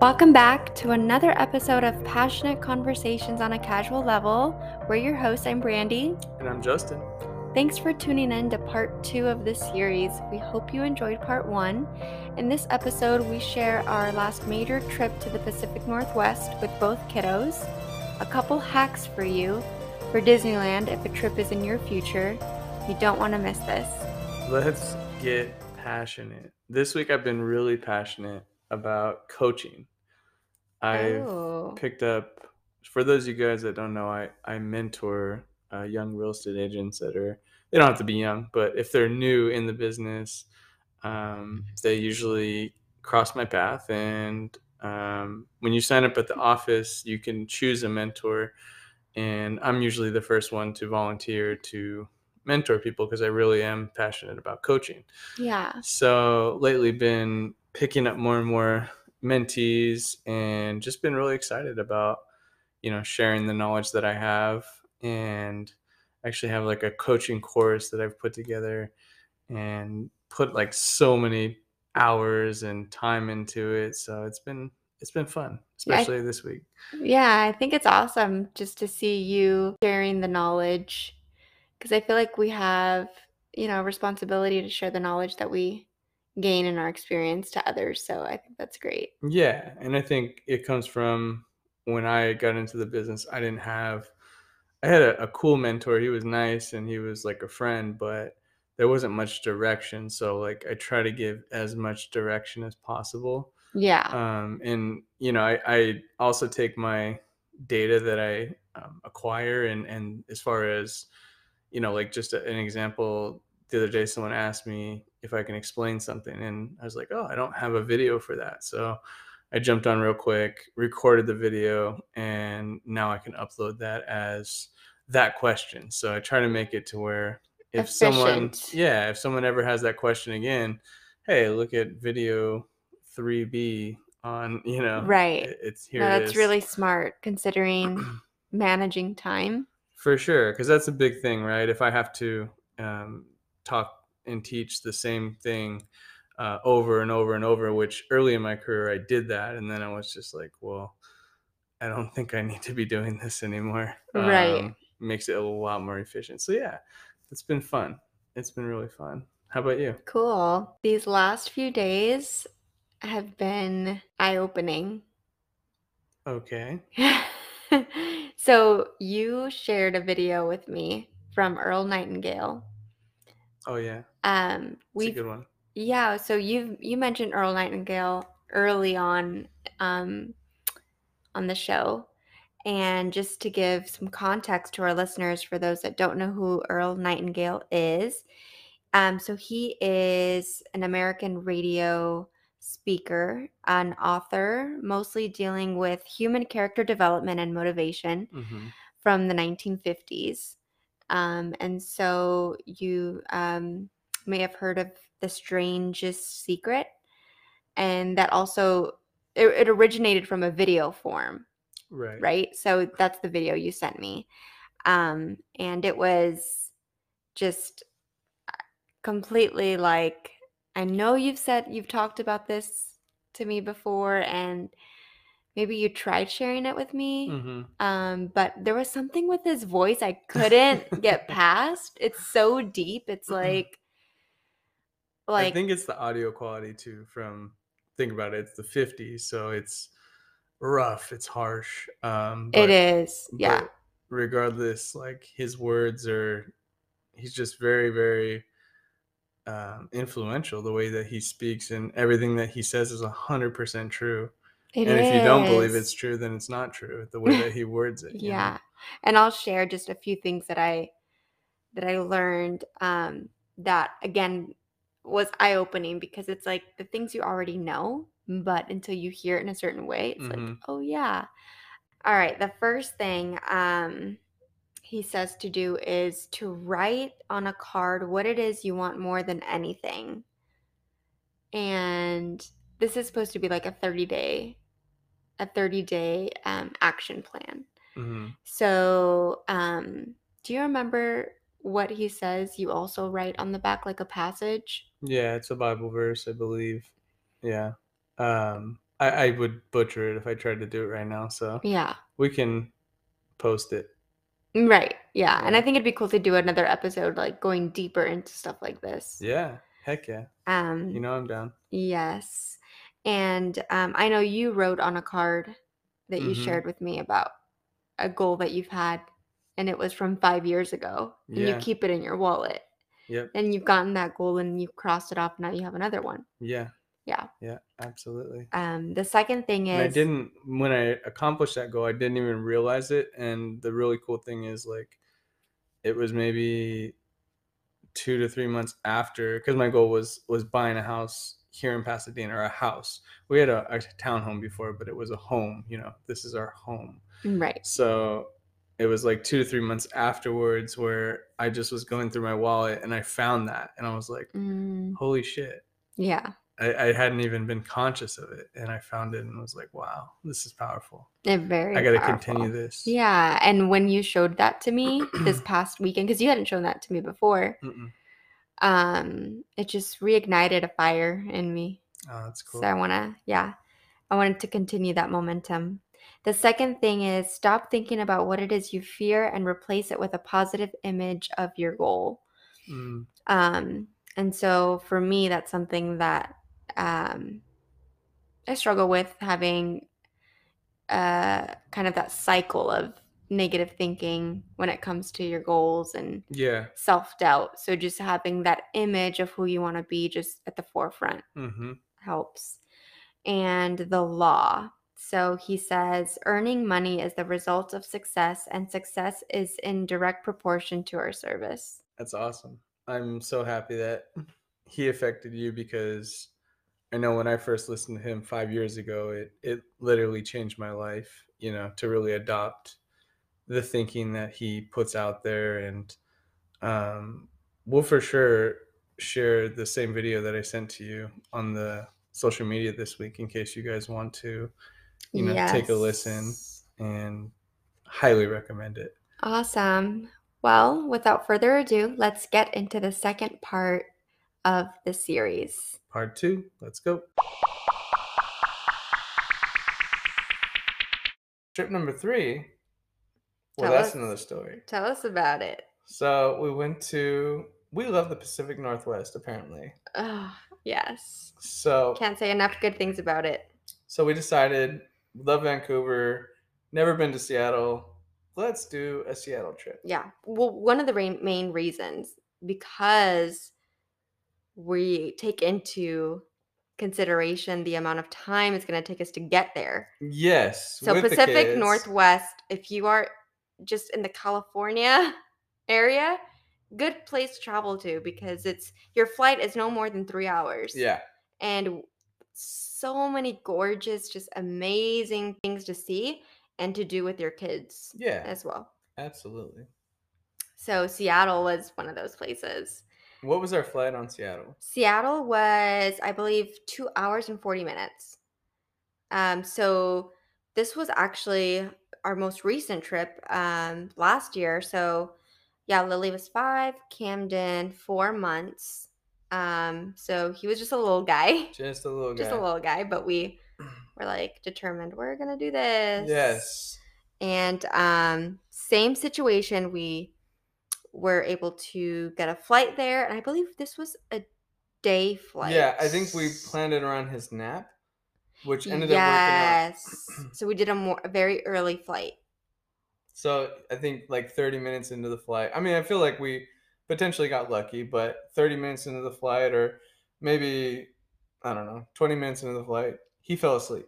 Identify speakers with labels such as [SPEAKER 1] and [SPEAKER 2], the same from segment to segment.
[SPEAKER 1] Welcome back to another episode of Passionate Conversations on a Casual Level. We're your hosts, I'm Brandy.
[SPEAKER 2] And I'm Justin.
[SPEAKER 1] Thanks for tuning in to part two of this series. We hope you enjoyed part one. In this episode, we share our last major trip to the Pacific Northwest with both kiddos, a couple hacks for you for Disneyland if a trip is in your future. You don't want to miss this.
[SPEAKER 2] Let's get passionate. This week I've been really passionate about coaching. I've
[SPEAKER 1] oh,
[SPEAKER 2] picked up, for those of you guys that don't know, I, I mentor uh, young real estate agents that are, they don't have to be young, but if they're new in the business, um, they usually cross my path. And um, when you sign up at the office, you can choose a mentor. And I'm usually the first one to volunteer to mentor people because I really am passionate about coaching.
[SPEAKER 1] yeah.
[SPEAKER 2] So lately, been picking up more and more mentees, and just been really excited about you know sharing the knowledge that I have, and actually have like a coaching course that I've put together, and put like so many hours and time into it. So it's been it's been fun,
[SPEAKER 1] Yeah, I-
[SPEAKER 2] especially this week.
[SPEAKER 1] Yeah, I think it's awesome just to see you sharing the knowledge because I feel like we have, you know, a responsibility to share the knowledge that we gain in our experience to others. So I think that's great.
[SPEAKER 2] Yeah, and I think it comes from when I got into the business, I didn't have I had a, a cool mentor. He was nice and he was like a friend, but there wasn't much direction. So like I try to give as much direction as possible
[SPEAKER 1] Yeah.
[SPEAKER 2] um, and you know I, I also take my data that i um, acquire and and as far as you know like just a- an example the other day someone asked me if i can explain something and i was like oh i don't have a video for that so i jumped on real quick recorded the video and now i can upload that as that question so i try to make it to where if someone
[SPEAKER 1] Efficient.
[SPEAKER 2] yeah if someone ever has that question again hey look at video 3b on you know
[SPEAKER 1] Right.
[SPEAKER 2] Oh, it- it's here
[SPEAKER 1] No,
[SPEAKER 2] it
[SPEAKER 1] that's
[SPEAKER 2] is.
[SPEAKER 1] really smart considering managing time.
[SPEAKER 2] for sure because that's a big thing right if i have to um, talk and teach the same thing uh, over and over and over which early in my career i did that and then i was just like well i don't think i need to be doing this anymore Um,
[SPEAKER 1] Right.
[SPEAKER 2] makes it a lot more efficient so yeah it's been fun it's been really fun how about you
[SPEAKER 1] Cool. These last few days have been eye opening.
[SPEAKER 2] okay
[SPEAKER 1] so you shared a video with me from Earl Nightingale.
[SPEAKER 2] oh yeah
[SPEAKER 1] Um,
[SPEAKER 2] it's a
[SPEAKER 1] we
[SPEAKER 2] good one
[SPEAKER 1] yeah. So you you mentioned Earl Nightingale early on um, on the show, and just to give some context to our listeners, for those that don't know who Earl Nightingale is, um, so he is an American radio speaker, an author, mostly dealing with human character development and motivation
[SPEAKER 2] hmm
[SPEAKER 1] from the 1950s. Um, and so you um, may have heard of The Strangest Secret. And that also, it, it originated from a video form,
[SPEAKER 2] right
[SPEAKER 1] right? So that's the video you sent me. Um, and it was just uh, completely like, I know you've said, you've talked about this to me before, and maybe you tried sharing it with me
[SPEAKER 2] hmm
[SPEAKER 1] um but there was something with his voice i couldn't get past it's so deep it's like like
[SPEAKER 2] Mm-hmm. I think it's the audio quality too. From think about it, it's the 50s, so it's rough, it's harsh. Um,
[SPEAKER 1] it is yeah
[SPEAKER 2] but regardless, like his words are, he's just very, very um, influential. The way that he speaks and everything that he says is hundred percent true.
[SPEAKER 1] it
[SPEAKER 2] and if you don't believe
[SPEAKER 1] is.
[SPEAKER 2] it's true, then it's not true. The way that he words it. you know?
[SPEAKER 1] yeah and i'll share just a few things that i that i learned um that again was eye-opening because it's like the things you already know but until you hear it in a certain way it's like
[SPEAKER 2] Mhm.
[SPEAKER 1] oh yeah all right the first thing um he says to do is to write on a card what it is you want more than anything and this is supposed to be like a 30 day a 30 day um, action plan
[SPEAKER 2] Mhm.
[SPEAKER 1] so, um, do you remember what he says you also write on the back like a passage?
[SPEAKER 2] Yeah, it's a Bible verse, I believe. Yeah. Um, I, I would butcher it if I tried to do it right now. So
[SPEAKER 1] Yeah.
[SPEAKER 2] we can post it.
[SPEAKER 1] Right. Yeah. And I think it'd be cool to do another episode like going deeper into stuff like this.
[SPEAKER 2] Yeah. Heck yeah.
[SPEAKER 1] Um
[SPEAKER 2] You know I'm down.
[SPEAKER 1] yes. And um I know you wrote on a card that you
[SPEAKER 2] Mhm.
[SPEAKER 1] shared with me about a goal that you've had and it was from 5 years ago. And
[SPEAKER 2] Yeah.
[SPEAKER 1] you keep it in your wallet.
[SPEAKER 2] Yep.
[SPEAKER 1] And you've gotten that goal and you've crossed it off now you have another one.
[SPEAKER 2] Yeah.
[SPEAKER 1] Yeah.
[SPEAKER 2] Yeah. Absolutely.
[SPEAKER 1] Um the second thing is
[SPEAKER 2] And I didn't when I accomplished that goal, I didn't even realize it. And the really cool thing is like it was maybe two to three months after because my goal was was buying a house here in Pasadena or a house. We had a, a townhome before, but it was a home, you know, this is our home.
[SPEAKER 1] right.
[SPEAKER 2] So it was like two to three months afterwards where I just was going through my wallet and I found that and I was like,
[SPEAKER 1] Mm,
[SPEAKER 2] holy shit.
[SPEAKER 1] yeah.
[SPEAKER 2] I, I hadn't even been conscious of it, and I found it and was like, "Wow, this is powerful.
[SPEAKER 1] It very
[SPEAKER 2] I got to
[SPEAKER 1] powerful.
[SPEAKER 2] continue this."
[SPEAKER 1] Yeah, and when you showed that to me this past weekend, because you hadn't shown that to me before,
[SPEAKER 2] Mm-mm.
[SPEAKER 1] um, it just reignited a fire in me.
[SPEAKER 2] Oh, that's cool.
[SPEAKER 1] So I wanna, yeah, I wanted to continue that momentum. The second thing is stop thinking about what it is you fear and replace it with a positive image of your goal.
[SPEAKER 2] Mm,
[SPEAKER 1] Um, and so for me, that's something that um, I struggle with having uh, kind of that cycle of negative thinking when it comes to your goals and
[SPEAKER 2] yeah.
[SPEAKER 1] self doubt. So just having that image of who you want to be just at the forefront
[SPEAKER 2] Mm-hmm.
[SPEAKER 1] helps. And the law. So he says, earning money is the result of success, and success is in direct proportion to our service.
[SPEAKER 2] That's awesome. I'm so happy that he affected you because I know when I first listened to him five years ago, it it literally changed my life. You know, to really adopt the thinking that he puts out there, and um, we'll for sure share the same video that I sent to you on the social media this week in case you guys want to, you know, take a listen
[SPEAKER 1] Yes.
[SPEAKER 2] and highly recommend it.
[SPEAKER 1] Awesome. Well, without further ado, let's get into the second part of the series.
[SPEAKER 2] Part two, let's go. Trip number three. Well,
[SPEAKER 1] Tell
[SPEAKER 2] that's
[SPEAKER 1] us.
[SPEAKER 2] another story.
[SPEAKER 1] Tell us about it.
[SPEAKER 2] So we went to. We love the Pacific Northwest, apparently.
[SPEAKER 1] Oh, yes.
[SPEAKER 2] So
[SPEAKER 1] Can't say enough good things about it.
[SPEAKER 2] so we decided love Vancouver. Never been to Seattle. Let's do a Seattle trip.
[SPEAKER 1] Yeah. Well, one of the rain- main reasons because we take into consideration the amount of time it's going to take us to get there.
[SPEAKER 2] Yes.
[SPEAKER 1] So
[SPEAKER 2] with the
[SPEAKER 1] Pacific
[SPEAKER 2] kids.
[SPEAKER 1] Northwest, if you are just in the California area, good place to travel to because it's your flight is no more than three hours.
[SPEAKER 2] Yeah.
[SPEAKER 1] And so many gorgeous, just amazing things to see and to do with your kids
[SPEAKER 2] Yeah.
[SPEAKER 1] as well.
[SPEAKER 2] Absolutely.
[SPEAKER 1] So Seattle was one of those places.
[SPEAKER 2] What was our flight on Seattle?
[SPEAKER 1] Seattle was, I believe, two hours and 40 minutes. Um, so this was actually our most recent trip um, last year. So yeah, Lily was five, Camden, four months. Um, so he was just a little guy,
[SPEAKER 2] Just a little.
[SPEAKER 1] just
[SPEAKER 2] guy.
[SPEAKER 1] a little guy, but we were like determined we're going to do this.
[SPEAKER 2] Yes.
[SPEAKER 1] And um, same situation, we were able to get a flight there, and I believe this was a day flight.
[SPEAKER 2] Yeah, I think we planned it around his nap, which ended up working out.
[SPEAKER 1] yes. so we did a more a very early flight.
[SPEAKER 2] So I think like 30 minutes into the flight. I mean, I feel like we potentially got lucky, but 30 minutes into the flight, or maybe I don't know, 20 minutes into the flight, he fell asleep.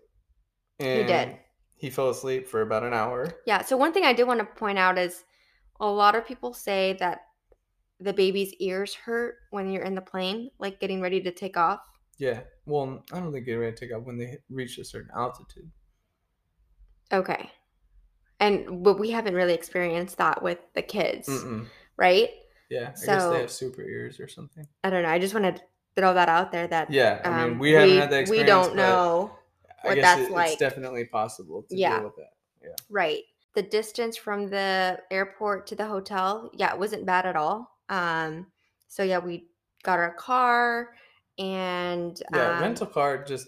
[SPEAKER 2] And
[SPEAKER 1] did.
[SPEAKER 2] He fell asleep for about an hour.
[SPEAKER 1] Yeah. So one thing I did want to point out is a lot of people say that the baby's ears hurt when you're in the plane, like getting ready to take off.
[SPEAKER 2] Yeah. Well, I don't think it would take up when they reached a certain altitude.
[SPEAKER 1] Okay. And but we haven't really experienced that with the kids,
[SPEAKER 2] Mm-mm.
[SPEAKER 1] right?
[SPEAKER 2] Yeah. I guess
[SPEAKER 1] So-
[SPEAKER 2] they have super ears or something.
[SPEAKER 1] I don't know. I just want to throw that out there that
[SPEAKER 2] Yeah. I mean,
[SPEAKER 1] um,
[SPEAKER 2] we haven't had that experience.
[SPEAKER 1] We don't
[SPEAKER 2] but-
[SPEAKER 1] know.
[SPEAKER 2] I
[SPEAKER 1] what
[SPEAKER 2] guess
[SPEAKER 1] that's
[SPEAKER 2] it-
[SPEAKER 1] like.
[SPEAKER 2] It's definitely possible to
[SPEAKER 1] Yeah.
[SPEAKER 2] deal with that.
[SPEAKER 1] Right. The distance from the airport to the hotel, yeah, it wasn't bad at all. Um, so yeah, we got our car and
[SPEAKER 2] Yeah,
[SPEAKER 1] um,
[SPEAKER 2] rental car just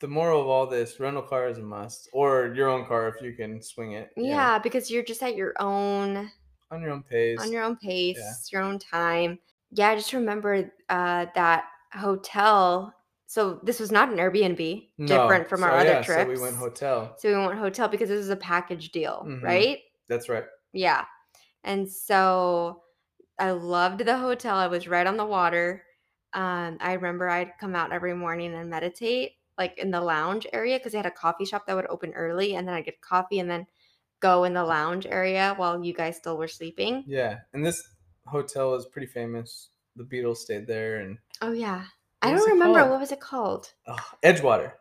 [SPEAKER 2] the moral of all this rental car is a must or your own car if you can swing it you know,
[SPEAKER 1] Yeah, because you're just at your own
[SPEAKER 2] on your own pace
[SPEAKER 1] on your own pace, your own time. Yeah, I just remember uh, that hotel. So this was not an Airbnb,
[SPEAKER 2] No,
[SPEAKER 1] different from our
[SPEAKER 2] so,
[SPEAKER 1] other
[SPEAKER 2] yeah,
[SPEAKER 1] trips.
[SPEAKER 2] so we went hotel
[SPEAKER 1] So we went hotel because this is a package deal,
[SPEAKER 2] Mhm.
[SPEAKER 1] right?
[SPEAKER 2] that's right
[SPEAKER 1] Yeah. And so I loved the hotel. I was right on the water. Um, I remember I'd come out every morning and meditate, like in the lounge area, because they had a coffee shop that would open early, and then I'd get coffee and then go in the lounge area while you guys still were sleeping.
[SPEAKER 2] yeah and this hotel is pretty famous the beatles stayed there and
[SPEAKER 1] Oh yeah. I
[SPEAKER 2] What was
[SPEAKER 1] don't
[SPEAKER 2] it
[SPEAKER 1] remember
[SPEAKER 2] called?
[SPEAKER 1] what was it called?
[SPEAKER 2] Ugh, edgewater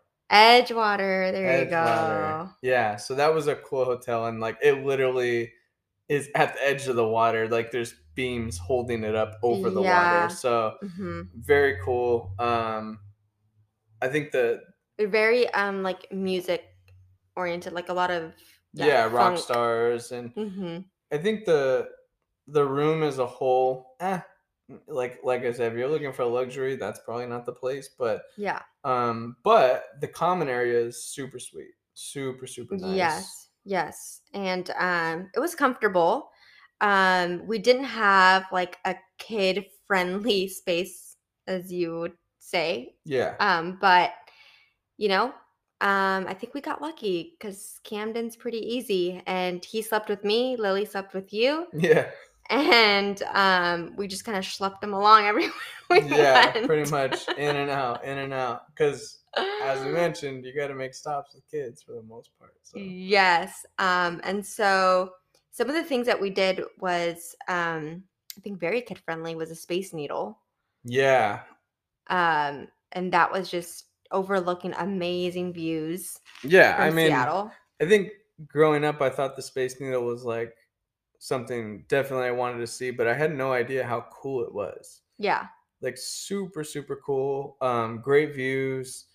[SPEAKER 1] Edgewater. There you
[SPEAKER 2] Edgewater.
[SPEAKER 1] go.
[SPEAKER 2] Yeah, so that was a cool hotel, and like it literally is at the edge of the water. Like there's beams holding it up over the
[SPEAKER 1] Yeah.
[SPEAKER 2] water. So
[SPEAKER 1] hmm
[SPEAKER 2] very cool. Um, I think the
[SPEAKER 1] Very um like music oriented, like a lot of
[SPEAKER 2] yeah, rock stars, and
[SPEAKER 1] hmm
[SPEAKER 2] I think the the room as a whole. Eh, like like I said, if you're looking for luxury, that's probably not the place. But
[SPEAKER 1] Yeah.
[SPEAKER 2] um, but the common area is super sweet, super super nice.
[SPEAKER 1] Yes, yes. And um it was comfortable. Um we didn't have like a kid friendly space as you would say.
[SPEAKER 2] Yeah.
[SPEAKER 1] Um but you know, um I think we got lucky cuz Camden's pretty easy and he slept with me, Lily slept with you,
[SPEAKER 2] Yeah.
[SPEAKER 1] and um we just kind of schlepped them along everywhere we
[SPEAKER 2] yeah,
[SPEAKER 1] went.
[SPEAKER 2] pretty much in and out, in and out. Because as we mentioned, you got to make stops with kids for the most part. So
[SPEAKER 1] Mm. Yes. Um, and so some of the things that we did was um, I think very kid friendly was a space needle.
[SPEAKER 2] yeah,
[SPEAKER 1] Um, and that was just overlooking amazing views
[SPEAKER 2] yeah.
[SPEAKER 1] from
[SPEAKER 2] I mean,
[SPEAKER 1] Seattle.
[SPEAKER 2] I think growing up, I thought the Space Needle was like something definitely I wanted to see, but I had no idea how cool it was.
[SPEAKER 1] Yeah.
[SPEAKER 2] Like super, super cool. Um, great views,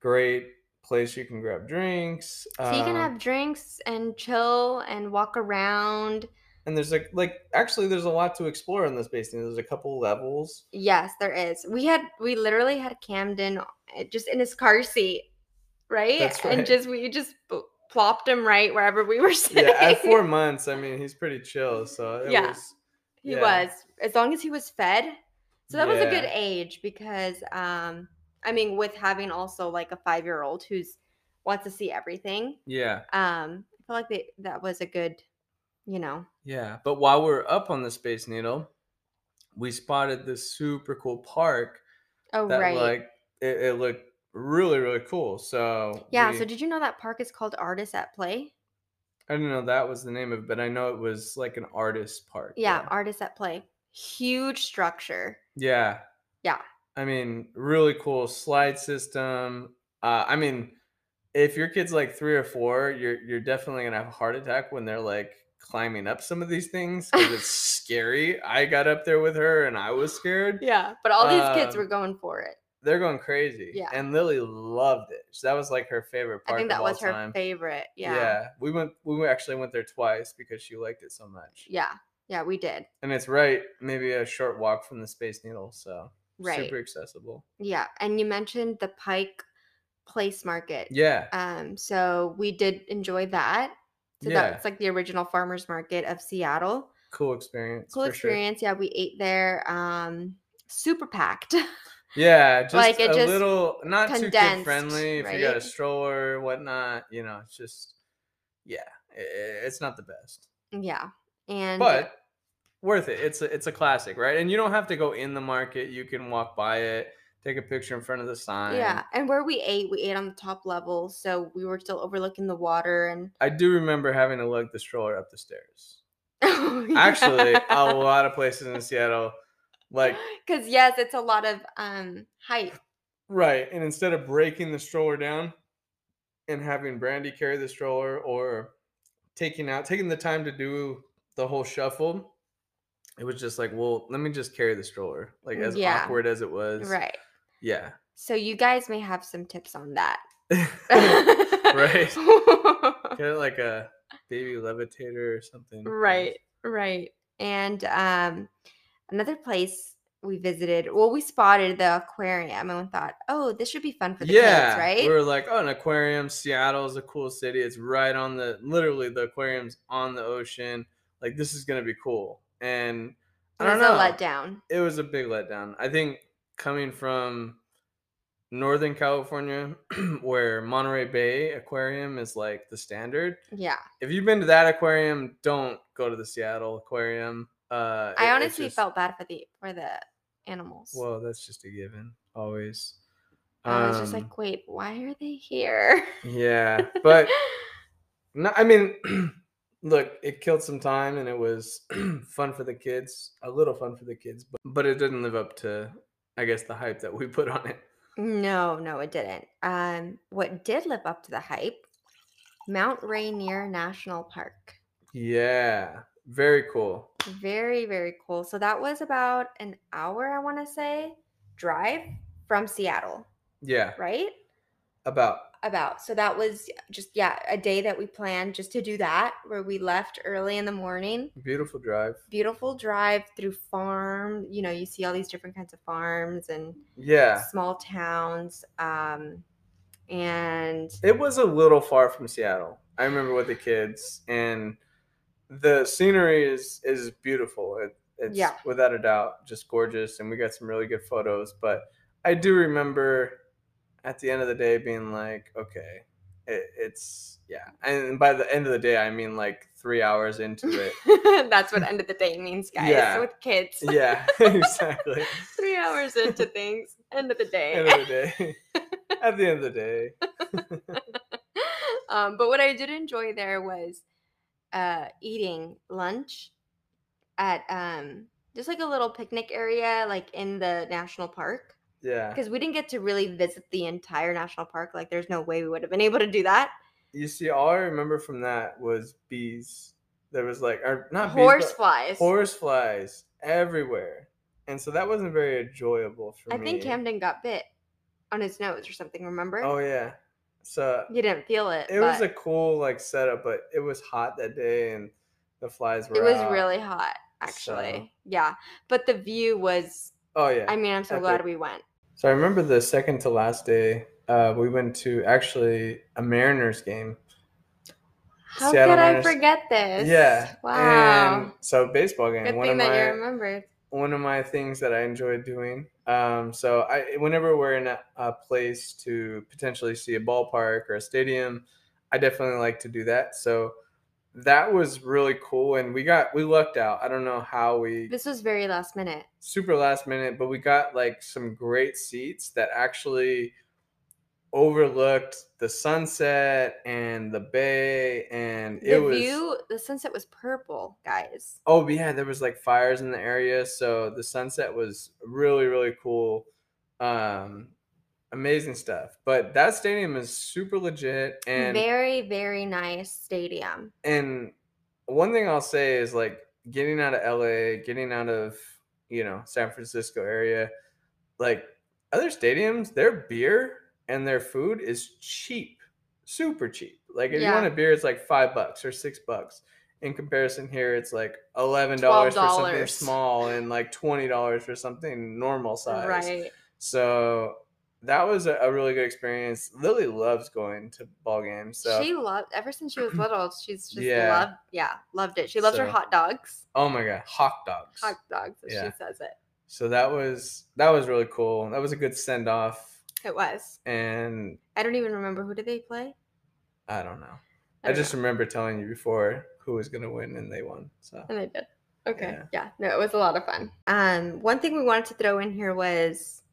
[SPEAKER 2] great place you can grab drinks.
[SPEAKER 1] So you can
[SPEAKER 2] um,
[SPEAKER 1] have drinks and chill and walk around.
[SPEAKER 2] and there's like like actually there's a lot to explore in the Space Needle. There's a couple levels.
[SPEAKER 1] Yes, there is. We had we literally had Camden uh, just in his car seat, right?
[SPEAKER 2] That's
[SPEAKER 1] And
[SPEAKER 2] right.
[SPEAKER 1] just we just pl- plopped him right wherever we were sitting.
[SPEAKER 2] yeah, at four months, I mean, he's pretty chill. So it
[SPEAKER 1] Yeah.
[SPEAKER 2] was,
[SPEAKER 1] He
[SPEAKER 2] Yeah.
[SPEAKER 1] was, as long as he was fed. So that was a good
[SPEAKER 2] Yeah.
[SPEAKER 1] age because, um, I mean, with having also like a five year old who's wants to see everything,
[SPEAKER 2] yeah,
[SPEAKER 1] um, I feel like they, that was a good, you know,
[SPEAKER 2] yeah. But while we were up on the Space Needle, we spotted this super cool park
[SPEAKER 1] oh
[SPEAKER 2] that
[SPEAKER 1] right,
[SPEAKER 2] like it, it looked really really cool. So
[SPEAKER 1] yeah.
[SPEAKER 2] we-
[SPEAKER 1] So did you know that park is called Artists at Play?
[SPEAKER 2] I didn't know that was the name of it, but I know it was like an artist park.
[SPEAKER 1] Yeah,
[SPEAKER 2] there.
[SPEAKER 1] Artists at Play, huge structure.
[SPEAKER 2] yeah,
[SPEAKER 1] Yeah.
[SPEAKER 2] I mean, really cool slide system. Uh, I mean, if your kid's like three or four, you're you're definitely gonna have a heart attack when they're like climbing up some of these things because it's scary. I got up there with her and I was scared.
[SPEAKER 1] Yeah, but all these kids
[SPEAKER 2] Um,
[SPEAKER 1] were going for it.
[SPEAKER 2] They're going crazy.
[SPEAKER 1] Yeah.
[SPEAKER 2] And Lily loved it. So that was like her favorite
[SPEAKER 1] I
[SPEAKER 2] part.
[SPEAKER 1] think that
[SPEAKER 2] of all
[SPEAKER 1] was her
[SPEAKER 2] time.
[SPEAKER 1] favorite. Yeah. yeah,
[SPEAKER 2] yeah. We went we went- actually went there twice because she liked it so much.
[SPEAKER 1] yeah, We did
[SPEAKER 2] And it's right, maybe a short walk from the Space Needle, so
[SPEAKER 1] right.
[SPEAKER 2] super accessible.
[SPEAKER 1] Yeah, and you mentioned the Pike Place Market.
[SPEAKER 2] Yeah.
[SPEAKER 1] Um, so we did enjoy that. So
[SPEAKER 2] yeah.
[SPEAKER 1] that's like the original farmers market of Seattle.
[SPEAKER 2] cool experience.
[SPEAKER 1] Cool
[SPEAKER 2] for sure.
[SPEAKER 1] experience. Yeah, we ate there. Um, super packed.
[SPEAKER 2] Yeah, just
[SPEAKER 1] Like, it
[SPEAKER 2] a
[SPEAKER 1] just
[SPEAKER 2] little not too kid
[SPEAKER 1] condensed,
[SPEAKER 2] friendly. If you got a
[SPEAKER 1] right?
[SPEAKER 2] stroller, whatnot, you know, it's just yeah, i- i- it's not the best,
[SPEAKER 1] yeah, and
[SPEAKER 2] but worth it. It's a it's a classic, right? And you don't have to go in the market. You can walk by it, take a picture in front of the sign.
[SPEAKER 1] yeah, and where we ate, we ate on the top level, so we were still overlooking the water and.
[SPEAKER 2] I do remember having to lug the stroller up the stairs.
[SPEAKER 1] Oh,
[SPEAKER 2] Actually, a
[SPEAKER 1] yeah.
[SPEAKER 2] lot of places in Seattle, like
[SPEAKER 1] Cause yes, it's a lot of um height.
[SPEAKER 2] Right. And instead of breaking the stroller down and having Brandy carry the stroller or taking out taking the time to do the whole shuffle, it was just like, well, let me just carry the stroller. Like as
[SPEAKER 1] Yeah.
[SPEAKER 2] awkward as it was.
[SPEAKER 1] Right.
[SPEAKER 2] Yeah.
[SPEAKER 1] So you guys may have some tips on that.
[SPEAKER 2] Right.
[SPEAKER 1] right.
[SPEAKER 2] Get like a baby levitator or something.
[SPEAKER 1] right. Right. And um another place we visited. Well, we spotted the aquarium and we thought, oh, this should be fun for the
[SPEAKER 2] yeah,
[SPEAKER 1] kids, right?
[SPEAKER 2] we were like, oh, an aquarium. Seattle's a cool city. It's right on the literally the aquarium's on the ocean. Like this is gonna be cool. And
[SPEAKER 1] it
[SPEAKER 2] I don't
[SPEAKER 1] was
[SPEAKER 2] know.
[SPEAKER 1] a letdown.
[SPEAKER 2] It was a big letdown. I think coming from Northern California, where Monterey Bay Aquarium is like the standard.
[SPEAKER 1] Yeah.
[SPEAKER 2] If you've been to that aquarium, don't go to the Seattle Aquarium. Uh, it-
[SPEAKER 1] I
[SPEAKER 2] it's
[SPEAKER 1] honestly
[SPEAKER 2] just-
[SPEAKER 1] felt bad for the for the animals.
[SPEAKER 2] Well, that's just a given, always.
[SPEAKER 1] I was just
[SPEAKER 2] Um,
[SPEAKER 1] like, wait, why are they here?
[SPEAKER 2] yeah, but no, I mean, look, it killed some time and it was fun for the kids, a little fun for the kids, but, but it didn't live up to, I guess, the hype that we put on it.
[SPEAKER 1] no, no, it didn't. Um, what did live up to the hype? Mount Rainier National Park.
[SPEAKER 2] Yeah, very cool.
[SPEAKER 1] Very, very cool. So that was about an hour, I want to say, drive from Seattle,
[SPEAKER 2] Yeah,
[SPEAKER 1] right?
[SPEAKER 2] about
[SPEAKER 1] About. So that was just, yeah, a day that we planned just to do that, where we left early in the morning.
[SPEAKER 2] beautiful drive.
[SPEAKER 1] Beautiful drive through farm. You know, you see all these different kinds of farms and
[SPEAKER 2] Yeah,
[SPEAKER 1] small towns. Um, and
[SPEAKER 2] it was a little far from Seattle. I remember with the kids and the scenery is is beautiful. It, it's
[SPEAKER 1] Yeah.
[SPEAKER 2] without a doubt just gorgeous, and we got some really good photos. But I do remember at the end of the day being like, okay, it, it's yeah. And by the end of the day, I mean like three hours into it.
[SPEAKER 1] that's what end of the day means, guys,
[SPEAKER 2] Yeah.
[SPEAKER 1] with kids.
[SPEAKER 2] yeah, exactly.
[SPEAKER 1] Three hours into things, end of the day.
[SPEAKER 2] End of the day. at the end of the day,
[SPEAKER 1] um, but what I did enjoy there was uh, eating lunch at um, just like a little picnic area, like in the national park,
[SPEAKER 2] yeah.
[SPEAKER 1] because we didn't get to really visit the entire national park. Like, there's no way we would have been able to do that.
[SPEAKER 2] You see, all I remember from that was bees. There was like, or not bees,
[SPEAKER 1] Horse
[SPEAKER 2] but
[SPEAKER 1] flies.
[SPEAKER 2] horse flies everywhere, and so that wasn't very enjoyable for
[SPEAKER 1] I
[SPEAKER 2] me.
[SPEAKER 1] think Camden got bit on his nose or something. Remember?
[SPEAKER 2] Oh yeah, so
[SPEAKER 1] You didn't feel it.
[SPEAKER 2] it was a
[SPEAKER 1] but
[SPEAKER 2] cool like setup, but it was hot that day, and the flies were.
[SPEAKER 1] It was
[SPEAKER 2] out.
[SPEAKER 1] really hot, actually. Yeah, but the view was.
[SPEAKER 2] Oh yeah.
[SPEAKER 1] I mean, I'm so
[SPEAKER 2] epic.
[SPEAKER 1] glad we went.
[SPEAKER 2] So I remember the second to last day, uh, we went to actually a Mariners game.
[SPEAKER 1] How
[SPEAKER 2] Seattle
[SPEAKER 1] could I
[SPEAKER 2] Mariners-
[SPEAKER 1] forget this?
[SPEAKER 2] Yeah.
[SPEAKER 1] Wow.
[SPEAKER 2] And so baseball game.
[SPEAKER 1] Good
[SPEAKER 2] one
[SPEAKER 1] thing
[SPEAKER 2] of
[SPEAKER 1] that
[SPEAKER 2] my,
[SPEAKER 1] you remembered.
[SPEAKER 2] one of my things that I enjoy doing. Um, so I, whenever we're in a, a place to potentially see a ballpark or a stadium, I definitely like to do that. So that was really cool, and we got we lucked out. I don't know how we
[SPEAKER 1] This was very last minute.
[SPEAKER 2] super last minute, but we got like some great seats that actually overlooked the sunset and the bay, and
[SPEAKER 1] The
[SPEAKER 2] it was
[SPEAKER 1] view, the sunset was purple, guys.
[SPEAKER 2] Oh yeah, there was like fires in the area, so the sunset was really really cool, um, amazing stuff. But that stadium is super legit, and
[SPEAKER 1] very, very nice stadium.
[SPEAKER 2] and one thing I'll say is like getting out of LA, getting out of you know San Francisco area, like other stadiums, their beer and their food is cheap, super cheap. Like if you want
[SPEAKER 1] Yeah.
[SPEAKER 2] a beer, it's like five bucks or six bucks. In comparison, here it's like eleven dollars for something
[SPEAKER 1] $12.
[SPEAKER 2] small and like twenty dollars for something normal size.
[SPEAKER 1] Right.
[SPEAKER 2] So that was a, a really good experience. Lily loves going to ball games. So
[SPEAKER 1] she loved ever since she was little, she's just
[SPEAKER 2] Yeah.
[SPEAKER 1] loved yeah, loved it. She loves her
[SPEAKER 2] So-
[SPEAKER 1] hot dogs.
[SPEAKER 2] oh my god, hot dogs.
[SPEAKER 1] Hot dogs, as she
[SPEAKER 2] Yeah.
[SPEAKER 1] says it.
[SPEAKER 2] So that was that was really cool. That was a good send off,
[SPEAKER 1] It was.
[SPEAKER 2] and
[SPEAKER 1] I don't even remember who did they play?
[SPEAKER 2] I don't know. I
[SPEAKER 1] don't
[SPEAKER 2] just
[SPEAKER 1] know.
[SPEAKER 2] remember telling you before who was gonna win, and they won. So
[SPEAKER 1] And they did. Okay.
[SPEAKER 2] Yeah.
[SPEAKER 1] Yeah. No, it was a lot of fun. Um, one thing we wanted to throw in here was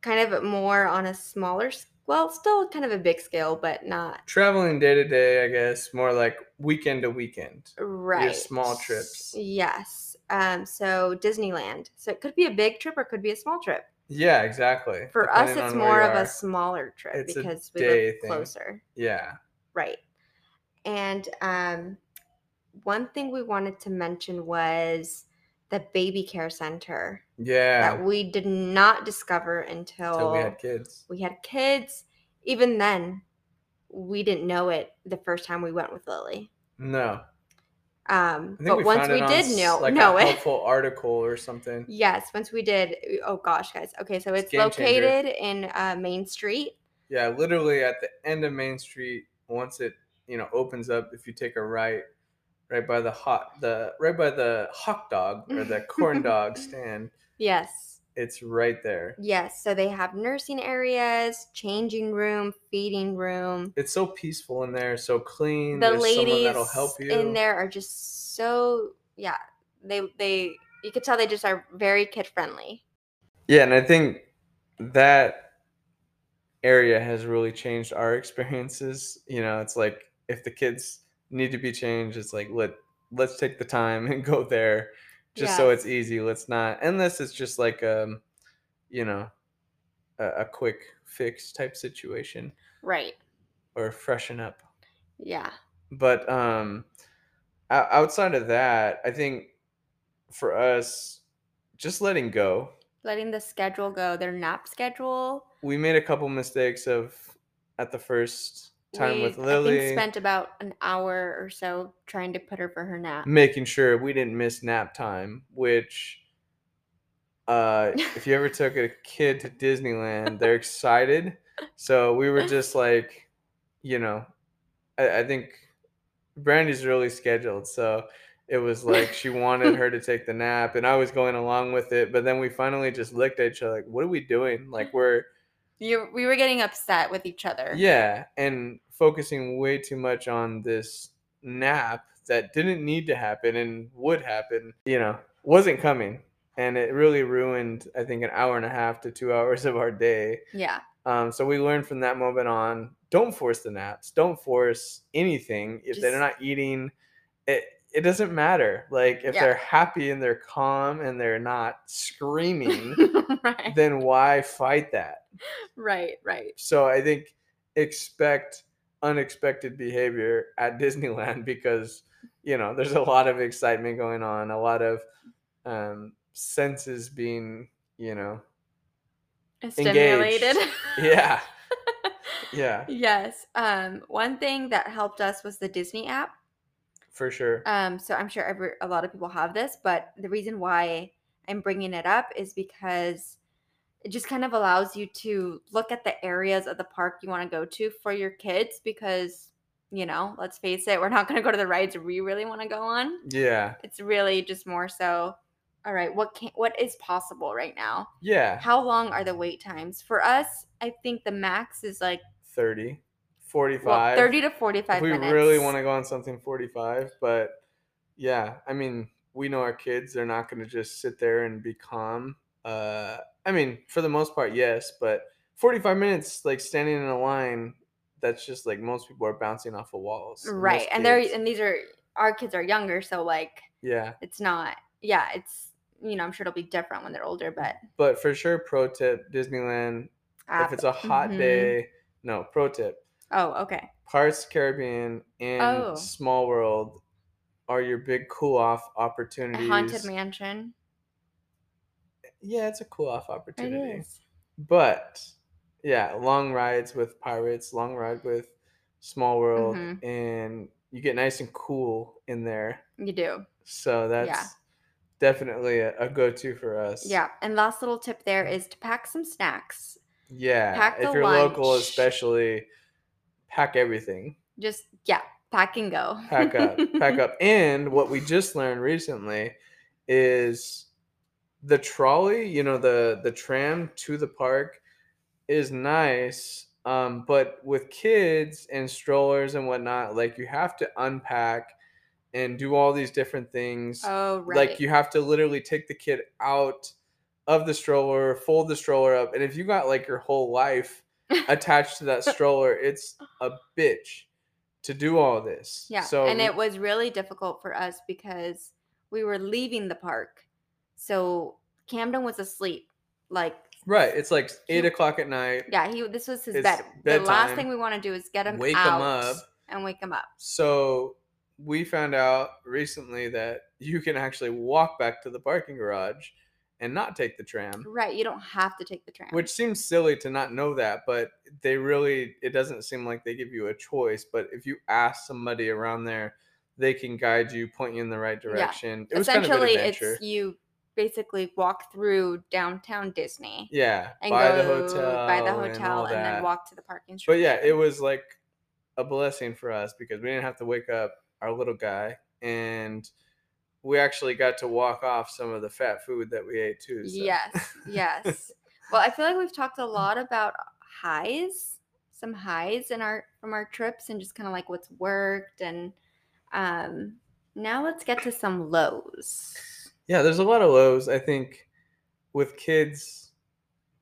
[SPEAKER 1] kind of more on a smaller, s- well, still kind of a big scale, but not
[SPEAKER 2] traveling day to day, I guess, more like weekend to weekend.
[SPEAKER 1] right.
[SPEAKER 2] small trips.
[SPEAKER 1] Yes. Um, so Disneyland. So it could be a big trip or it could be a small trip.
[SPEAKER 2] Yeah, exactly.
[SPEAKER 1] For us,
[SPEAKER 2] Depending
[SPEAKER 1] it's
[SPEAKER 2] on where
[SPEAKER 1] more
[SPEAKER 2] you
[SPEAKER 1] of
[SPEAKER 2] are.
[SPEAKER 1] a smaller trip
[SPEAKER 2] It's a
[SPEAKER 1] because we
[SPEAKER 2] day
[SPEAKER 1] live
[SPEAKER 2] thing.
[SPEAKER 1] closer.
[SPEAKER 2] yeah.
[SPEAKER 1] Right. And um, one thing we wanted to mention was the baby care center. that
[SPEAKER 2] Yeah.
[SPEAKER 1] we did not discover until,
[SPEAKER 2] Until we had kids.
[SPEAKER 1] kids. Even then, we didn't know it the first time we went with Lily.
[SPEAKER 2] No.
[SPEAKER 1] Um,
[SPEAKER 2] I think
[SPEAKER 1] but
[SPEAKER 2] we
[SPEAKER 1] once
[SPEAKER 2] found
[SPEAKER 1] we
[SPEAKER 2] it on
[SPEAKER 1] did
[SPEAKER 2] s-
[SPEAKER 1] know,
[SPEAKER 2] like
[SPEAKER 1] know
[SPEAKER 2] a
[SPEAKER 1] it.
[SPEAKER 2] helpful article or something.
[SPEAKER 1] Yes, once we did. Oh gosh, guys. Okay, so it's,
[SPEAKER 2] It's game changer.
[SPEAKER 1] located in uh, Main Street.
[SPEAKER 2] Yeah, literally at the end of Main Street. Once it you know opens up, if you take a right, right by the hot the right by the hot dog or the corn dog stand,
[SPEAKER 1] Yes.
[SPEAKER 2] it's right there.
[SPEAKER 1] Yes. So they have nursing areas, changing room, feeding room.
[SPEAKER 2] It's so peaceful in there, so clean.
[SPEAKER 1] The
[SPEAKER 2] There's someone
[SPEAKER 1] ladies
[SPEAKER 2] that'll help you.
[SPEAKER 1] in there are just so yeah. They they you could tell they just are very kid friendly.
[SPEAKER 2] Yeah, and I think that area has really changed our experiences. You know, it's like if the kids need to be changed, it's like let let's take the time and go there just so it's easy. Let's not unless it's just like um, you know, a, a quick fix type situation
[SPEAKER 1] Right.
[SPEAKER 2] or freshen up
[SPEAKER 1] Yeah.
[SPEAKER 2] but um o- outside of that i think for us just letting go
[SPEAKER 1] Letting the schedule go, their nap schedule.
[SPEAKER 2] we made a couple mistakes of at the first time
[SPEAKER 1] We,
[SPEAKER 2] with
[SPEAKER 1] I think
[SPEAKER 2] lily
[SPEAKER 1] spent about an hour or so trying to put her for her nap.
[SPEAKER 2] making sure we didn't miss nap time which uh if you ever took a kid to disneyland they're excited so we were just like you know i, I think brandy's really scheduled so it was like she wanted her to take the nap and i was going along with it but then we finally just looked at each other like what are we doing like we're
[SPEAKER 1] You, we were getting upset with each other.
[SPEAKER 2] yeah and focusing way too much on this nap that didn't need to happen and would happen you know wasn't coming and it really ruined i think an hour and a half to two hours of our day
[SPEAKER 1] Yeah.
[SPEAKER 2] um, so we learned from that moment on don't force the naps don't force anything if they're
[SPEAKER 1] Just-
[SPEAKER 2] not eating it it doesn't matter like if
[SPEAKER 1] Yeah.
[SPEAKER 2] they're happy and they're calm and they're not screaming
[SPEAKER 1] right.
[SPEAKER 2] then why fight that
[SPEAKER 1] Right. Right.
[SPEAKER 2] so I think expect unexpected behavior at Disneyland because you know there's a lot of excitement going on, a lot of um, senses being you know
[SPEAKER 1] Stimulated.
[SPEAKER 2] yeah yeah
[SPEAKER 1] yes. Um, one thing that helped us was the Disney app.
[SPEAKER 2] for sure
[SPEAKER 1] Um, so I'm sure every, a lot of people have this, but the reason why I'm bringing it up is because it just kind of allows you to look at the areas of the park you want to go to for your kids because, you know, let's face it, we're not going to go to the rides we really want to go on.
[SPEAKER 2] yeah
[SPEAKER 1] It's really just more so, all right, what can what is possible right now?
[SPEAKER 2] yeah
[SPEAKER 1] How long are the wait times? For us, I think the max is like
[SPEAKER 2] 30 45
[SPEAKER 1] well, 30 to 45
[SPEAKER 2] we
[SPEAKER 1] minutes.
[SPEAKER 2] really want to go on something 45 but yeah i mean we know our kids they're not going to just sit there and be calm uh i mean for the most part yes but 45 minutes like standing in a line that's just like most people are bouncing off of walls those
[SPEAKER 1] right and they're
[SPEAKER 2] kids-
[SPEAKER 1] and these are our kids are younger so like
[SPEAKER 2] yeah
[SPEAKER 1] it's not yeah it's you know i'm sure it'll be different when they're older but
[SPEAKER 2] but for sure pro tip disneyland if
[SPEAKER 1] app-
[SPEAKER 2] it's a hot
[SPEAKER 1] Mhm.
[SPEAKER 2] day no pro tip
[SPEAKER 1] oh okay
[SPEAKER 2] Pirates of the Caribbean and
[SPEAKER 1] Oh.
[SPEAKER 2] Small World are your big cool off
[SPEAKER 1] a
[SPEAKER 2] opportunities.
[SPEAKER 1] haunted mansion
[SPEAKER 2] Yeah, it's a cool off
[SPEAKER 1] it
[SPEAKER 2] opportunity.
[SPEAKER 1] is
[SPEAKER 2] But yeah, long rides with Pirates, long ride with Small World,
[SPEAKER 1] Mhm.
[SPEAKER 2] and you get nice and cool in there.
[SPEAKER 1] you do
[SPEAKER 2] So that's definitely a, a go to for us.
[SPEAKER 1] yeah and last little tip there is to pack some snacks
[SPEAKER 2] Yeah.
[SPEAKER 1] Pack
[SPEAKER 2] if
[SPEAKER 1] the
[SPEAKER 2] you're local,
[SPEAKER 1] lunch.
[SPEAKER 2] especially, pack everything.
[SPEAKER 1] just yeah pack and go
[SPEAKER 2] pack up pack up and what we just learned recently is the trolley you know the the tram to the park is nice um, but with kids and strollers and whatnot like you have to unpack and do all these different things
[SPEAKER 1] oh right
[SPEAKER 2] like you have to literally take the kid out of the stroller fold the stroller up and if you got like your whole life attached to that stroller it's a bitch to do all this
[SPEAKER 1] yeah
[SPEAKER 2] so
[SPEAKER 1] and
[SPEAKER 2] we-
[SPEAKER 1] it was really difficult for us because we were leaving the park so camden was asleep like
[SPEAKER 2] right it's like eight
[SPEAKER 1] he-
[SPEAKER 2] o'clock at night
[SPEAKER 1] Yeah, he. This was his
[SPEAKER 2] It's
[SPEAKER 1] bed. The last
[SPEAKER 2] bedtime.
[SPEAKER 1] thing we want to do is get him
[SPEAKER 2] Wake 'em
[SPEAKER 1] out
[SPEAKER 2] up.
[SPEAKER 1] and wake him up.
[SPEAKER 2] so we found out recently that you can actually walk back to the parking garage and not take the tram
[SPEAKER 1] Right, you don't have to take the tram.
[SPEAKER 2] which seems silly to not know that but they really it doesn't seem like they give you a choice but if you ask somebody around there they can guide you, point you in the right direction. It was kind of an
[SPEAKER 1] Essentially,
[SPEAKER 2] adventure.
[SPEAKER 1] it's you basically walk through downtown Disney
[SPEAKER 2] yeah,
[SPEAKER 1] and
[SPEAKER 2] by
[SPEAKER 1] go
[SPEAKER 2] the hotel,
[SPEAKER 1] by the
[SPEAKER 2] and all
[SPEAKER 1] hotel and,
[SPEAKER 2] that.
[SPEAKER 1] then walk to the parking
[SPEAKER 2] But
[SPEAKER 1] structure.
[SPEAKER 2] yeah, it was like a blessing for us because we didn't have to wake up our little guy, and we actually got to walk off some of the fat food that we ate too. so-
[SPEAKER 1] Yes, yes. well, I feel like we've talked a lot about highs, some highs in our from our trips, and just kind of like what's worked. And um, now let's get to some lows.
[SPEAKER 2] Yeah, there's a lot of lows. I think with kids,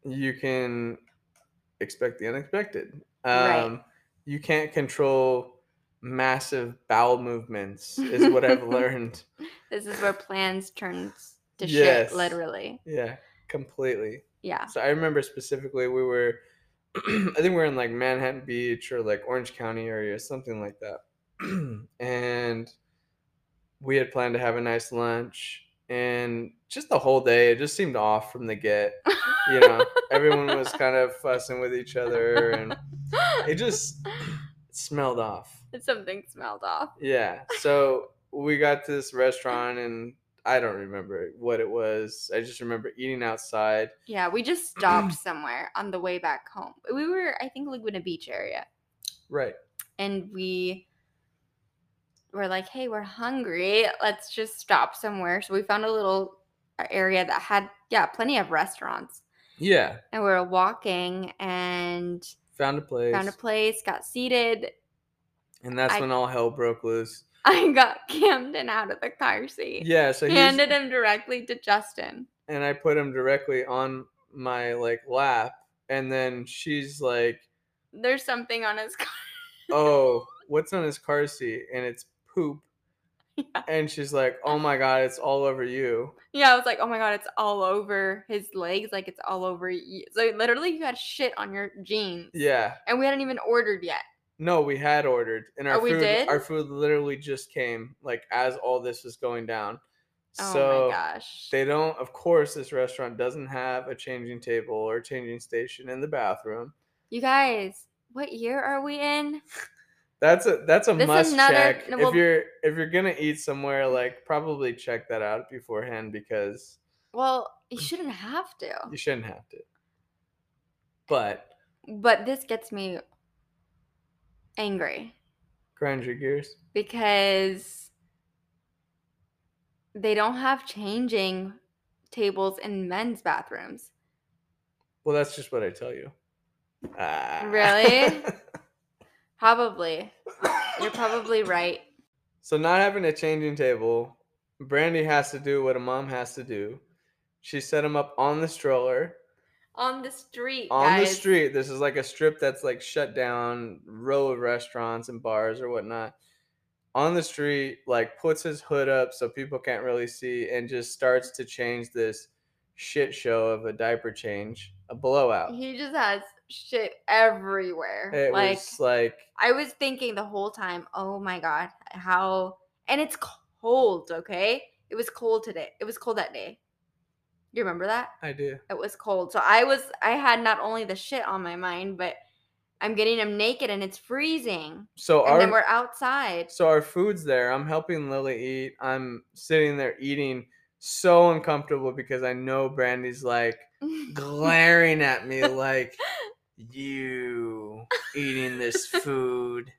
[SPEAKER 2] you can expect the unexpected. Um,
[SPEAKER 1] Right.
[SPEAKER 2] You can't control massive bowel movements, is what I've learned.
[SPEAKER 1] This is where plans turns to
[SPEAKER 2] Yes.
[SPEAKER 1] shit, literally.
[SPEAKER 2] Yeah, completely.
[SPEAKER 1] Yeah.
[SPEAKER 2] So I remember specifically we were, I think we were in like Manhattan Beach or like Orange County area, something like that. and we had planned to have a nice lunch. And just the whole day, it just seemed off from the get. You know, everyone was kind of fussing with each other and it just smelled off.
[SPEAKER 1] Something smelled off.
[SPEAKER 2] Yeah. So we got to this restaurant and I don't remember what it was. I just remember eating outside.
[SPEAKER 1] Yeah, we just stopped somewhere on the way back home. We were, I think, Laguna Beach area.
[SPEAKER 2] Right.
[SPEAKER 1] and we were like, "Hey, we're hungry. Let's just stop somewhere." So we found a little uh, area that had yeah, plenty of restaurants.
[SPEAKER 2] Yeah.
[SPEAKER 1] And we were walking and
[SPEAKER 2] Found a place.
[SPEAKER 1] found a place, got seated.
[SPEAKER 2] And that's
[SPEAKER 1] I-
[SPEAKER 2] when all hell broke loose.
[SPEAKER 1] I got Camden out of the car seat.
[SPEAKER 2] Yeah, so he was-
[SPEAKER 1] Handed him directly to Justin.
[SPEAKER 2] and I put him directly on my like lap, and then she's like,
[SPEAKER 1] There's something on his car.
[SPEAKER 2] "Oh, what's on his car seat?" And it's poop. And she's like, "Oh my god, it's all over you."
[SPEAKER 1] Yeah, I was like, oh my god, it's all over his legs, like it's all over. You. So literally, you had shit on your jeans,
[SPEAKER 2] Yeah.
[SPEAKER 1] and we hadn't even ordered yet.
[SPEAKER 2] No, we had ordered, and our
[SPEAKER 1] Oh, we
[SPEAKER 2] food
[SPEAKER 1] did?
[SPEAKER 2] our food literally just came like as all this was going down.
[SPEAKER 1] Oh
[SPEAKER 2] so
[SPEAKER 1] my gosh.
[SPEAKER 2] they don't. Of course, this restaurant doesn't have a changing table or changing station in the bathroom.
[SPEAKER 1] You guys, what year are we in?
[SPEAKER 2] That's a that's a
[SPEAKER 1] This is
[SPEAKER 2] must
[SPEAKER 1] another-
[SPEAKER 2] check.
[SPEAKER 1] no,
[SPEAKER 2] if
[SPEAKER 1] well-
[SPEAKER 2] you're if you're gonna eat somewhere, like probably check that out beforehand because
[SPEAKER 1] Well, you shouldn't have to.
[SPEAKER 2] you shouldn't have to. But
[SPEAKER 1] But this gets me angry
[SPEAKER 2] grind your gears.
[SPEAKER 1] because they don't have changing tables in men's bathrooms.
[SPEAKER 2] Well, that's just what I tell you. Ah.
[SPEAKER 1] Really? Probably. You're probably right.
[SPEAKER 2] so not having a changing table, Brandy has to do what a mom has to do. She set him up on the stroller.
[SPEAKER 1] On the street.
[SPEAKER 2] on the
[SPEAKER 1] guys.
[SPEAKER 2] street. This is like a strip that's like shut down, row of restaurants and bars or whatnot. On the street, like puts his hood up so people can't really see, and just starts to change this shit show of a diaper change, a blowout.
[SPEAKER 1] He just has shit everywhere.
[SPEAKER 2] It
[SPEAKER 1] like
[SPEAKER 2] was like,
[SPEAKER 1] I was thinking the whole time, oh my god, how and it's cold, okay? It was cold today. It was cold that day. You remember that?
[SPEAKER 2] I do.
[SPEAKER 1] It was cold. So I was I had not only the shit on my mind, but I'm getting him naked and it's freezing.
[SPEAKER 2] So
[SPEAKER 1] And then
[SPEAKER 2] our
[SPEAKER 1] we're outside.
[SPEAKER 2] so our food's there. I'm helping Lily eat. I'm sitting there eating, so uncomfortable because I know Brandy's like glaring at me like you eating this food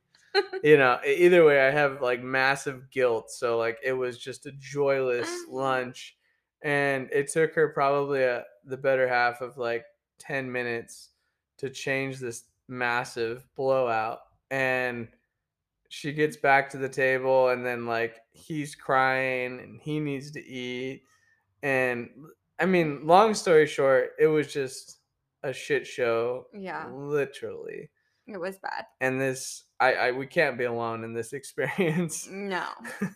[SPEAKER 2] you know e- either way i have like massive guilt so like it was just a joyless lunch and it took her probably a, the better half of like 10 minutes to change this massive blowout and she gets back to the table and then like he's crying and he needs to eat and i mean long story short it was just a shit show
[SPEAKER 1] yeah,
[SPEAKER 2] literally
[SPEAKER 1] it was bad.
[SPEAKER 2] and this I, I we can't be alone in this experience
[SPEAKER 1] No.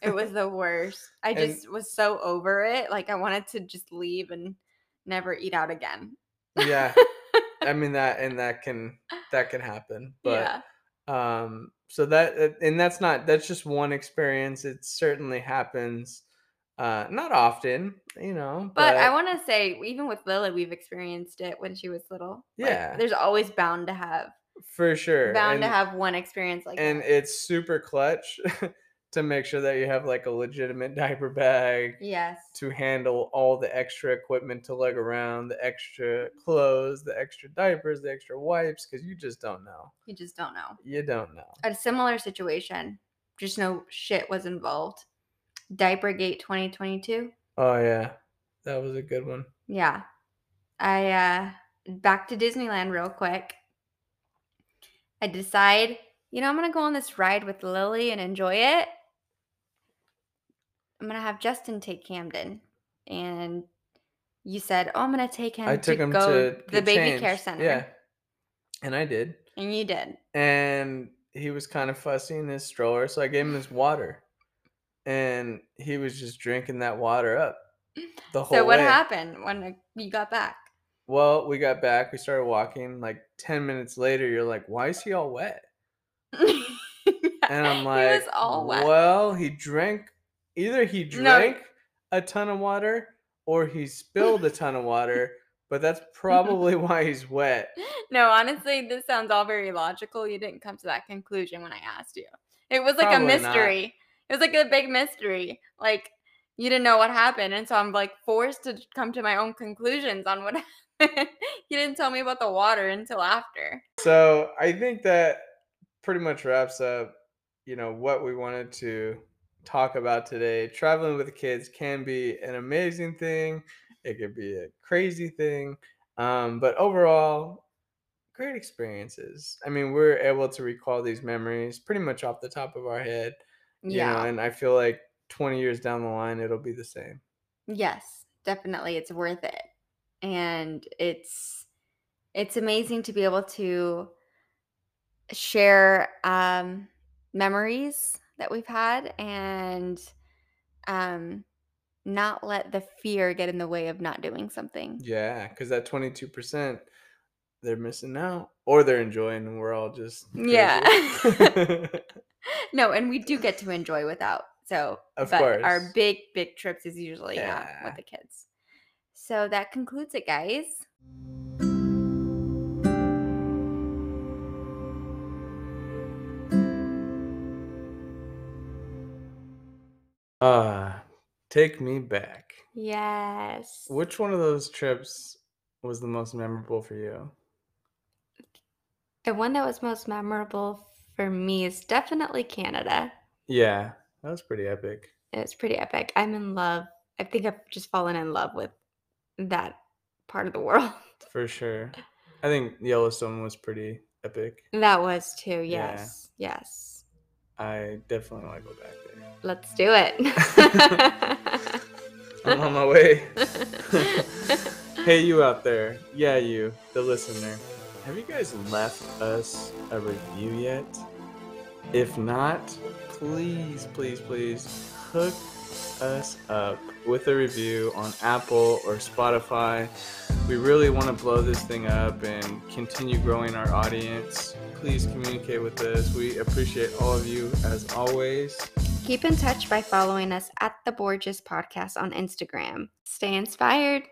[SPEAKER 1] It was the worst. I
[SPEAKER 2] And-
[SPEAKER 1] just was so over it. Like I wanted to just leave and never eat out again.
[SPEAKER 2] yeah i mean that and that can that can happen but
[SPEAKER 1] yeah.
[SPEAKER 2] um so that that- and that's not that's just one experience it certainly happens uh not often you know
[SPEAKER 1] But I want to say, even with Lily, we've experienced it when she was little. Like,
[SPEAKER 2] Yeah.
[SPEAKER 1] there's always bound to have
[SPEAKER 2] for sure
[SPEAKER 1] bound
[SPEAKER 2] and,
[SPEAKER 1] to have one experience like
[SPEAKER 2] and
[SPEAKER 1] that.
[SPEAKER 2] it's super clutch to make sure that you have like a legitimate diaper bag
[SPEAKER 1] Yes.
[SPEAKER 2] to handle all the extra equipment to lug around, the extra clothes, the extra diapers, the extra wipes, because you just don't know.
[SPEAKER 1] You just don't know.
[SPEAKER 2] You don't know.
[SPEAKER 1] A similar situation, just no shit was involved. Diapergate 2022.
[SPEAKER 2] Oh yeah, that was a good one.
[SPEAKER 1] Yeah. I uh back to Disneyland real quick. I decide, you know, I'm going to go on this ride with Lily and enjoy it. I'm going to have Justin take Camden and you said, "Oh, I'm going to take him
[SPEAKER 2] I took
[SPEAKER 1] to
[SPEAKER 2] him
[SPEAKER 1] go
[SPEAKER 2] to
[SPEAKER 1] the baby
[SPEAKER 2] change.
[SPEAKER 1] care center."
[SPEAKER 2] Yeah, and I did,
[SPEAKER 1] And you did.
[SPEAKER 2] and he was kind of fussy in his stroller, so I gave him his water, and he was just drinking that water up the whole.
[SPEAKER 1] So what
[SPEAKER 2] way.
[SPEAKER 1] happened when uh, you got back?
[SPEAKER 2] Well, we got back. We started walking. Like ten minutes later, you're like, "Why is he all wet?" And I'm like,
[SPEAKER 1] he was all wet.
[SPEAKER 2] "Well, he drank. Either he drank a ton of water, or he spilled a ton of water. But that's probably why he's wet."
[SPEAKER 1] No, honestly, this sounds all very logical. You didn't come to that conclusion when I asked you. It was like
[SPEAKER 2] Probably
[SPEAKER 1] a
[SPEAKER 2] not.
[SPEAKER 1] mystery. It was like a big mystery. Like you didn't know what happened, and so I'm like forced to come to my own conclusions on what happened. you didn't tell me about the water until after.
[SPEAKER 2] So I think that pretty much wraps up, you know, what we wanted to talk about today. Traveling with the kids can be an amazing thing. It could be a crazy thing. Um, but overall, great experiences. I mean, we're able to recall these memories pretty much off the top of our head. You
[SPEAKER 1] Yeah.
[SPEAKER 2] Know, and I feel like 20 years down the line, it'll be the same.
[SPEAKER 1] Yes, definitely it's worth it. And it's it's amazing to be able to share um memories that we've had and um not let the fear get in the way of not doing something.
[SPEAKER 2] Yeah. Cause that 22%, they're missing out or they're enjoying, and we're all just.
[SPEAKER 1] Yeah.
[SPEAKER 2] crazy.
[SPEAKER 1] No, and we do get to enjoy without. So,
[SPEAKER 2] Of
[SPEAKER 1] but our
[SPEAKER 2] course.
[SPEAKER 1] big big trips is usually yeah.
[SPEAKER 2] Yeah.
[SPEAKER 1] with the kids. So that concludes it, guys.
[SPEAKER 2] Uh, take me back.
[SPEAKER 1] Yes.
[SPEAKER 2] Which one of those trips was the most memorable for you?
[SPEAKER 1] The one that was most memorable for me is definitely Canada.
[SPEAKER 2] Yeah, that was pretty epic.
[SPEAKER 1] It was pretty epic. I'm in love. I think I've just fallen in love with that part of the world.
[SPEAKER 2] For sure. I think Yellowstone was pretty epic.
[SPEAKER 1] That was too.
[SPEAKER 2] Yeah.
[SPEAKER 1] Yes. Yes.
[SPEAKER 2] I definitely want to go back there.
[SPEAKER 1] Let's do it.
[SPEAKER 2] I'm on my way. hey, you out there. Yeah, you, the listener. Have you guys left us a review yet? If not, please, please, please hook us up with a review on Apple or Spotify. We really want to blow this thing up and continue growing our audience. Please communicate with us. We appreciate all of you as always.
[SPEAKER 1] Keep in touch by following us at the Borges Podcast on Instagram. Stay inspired.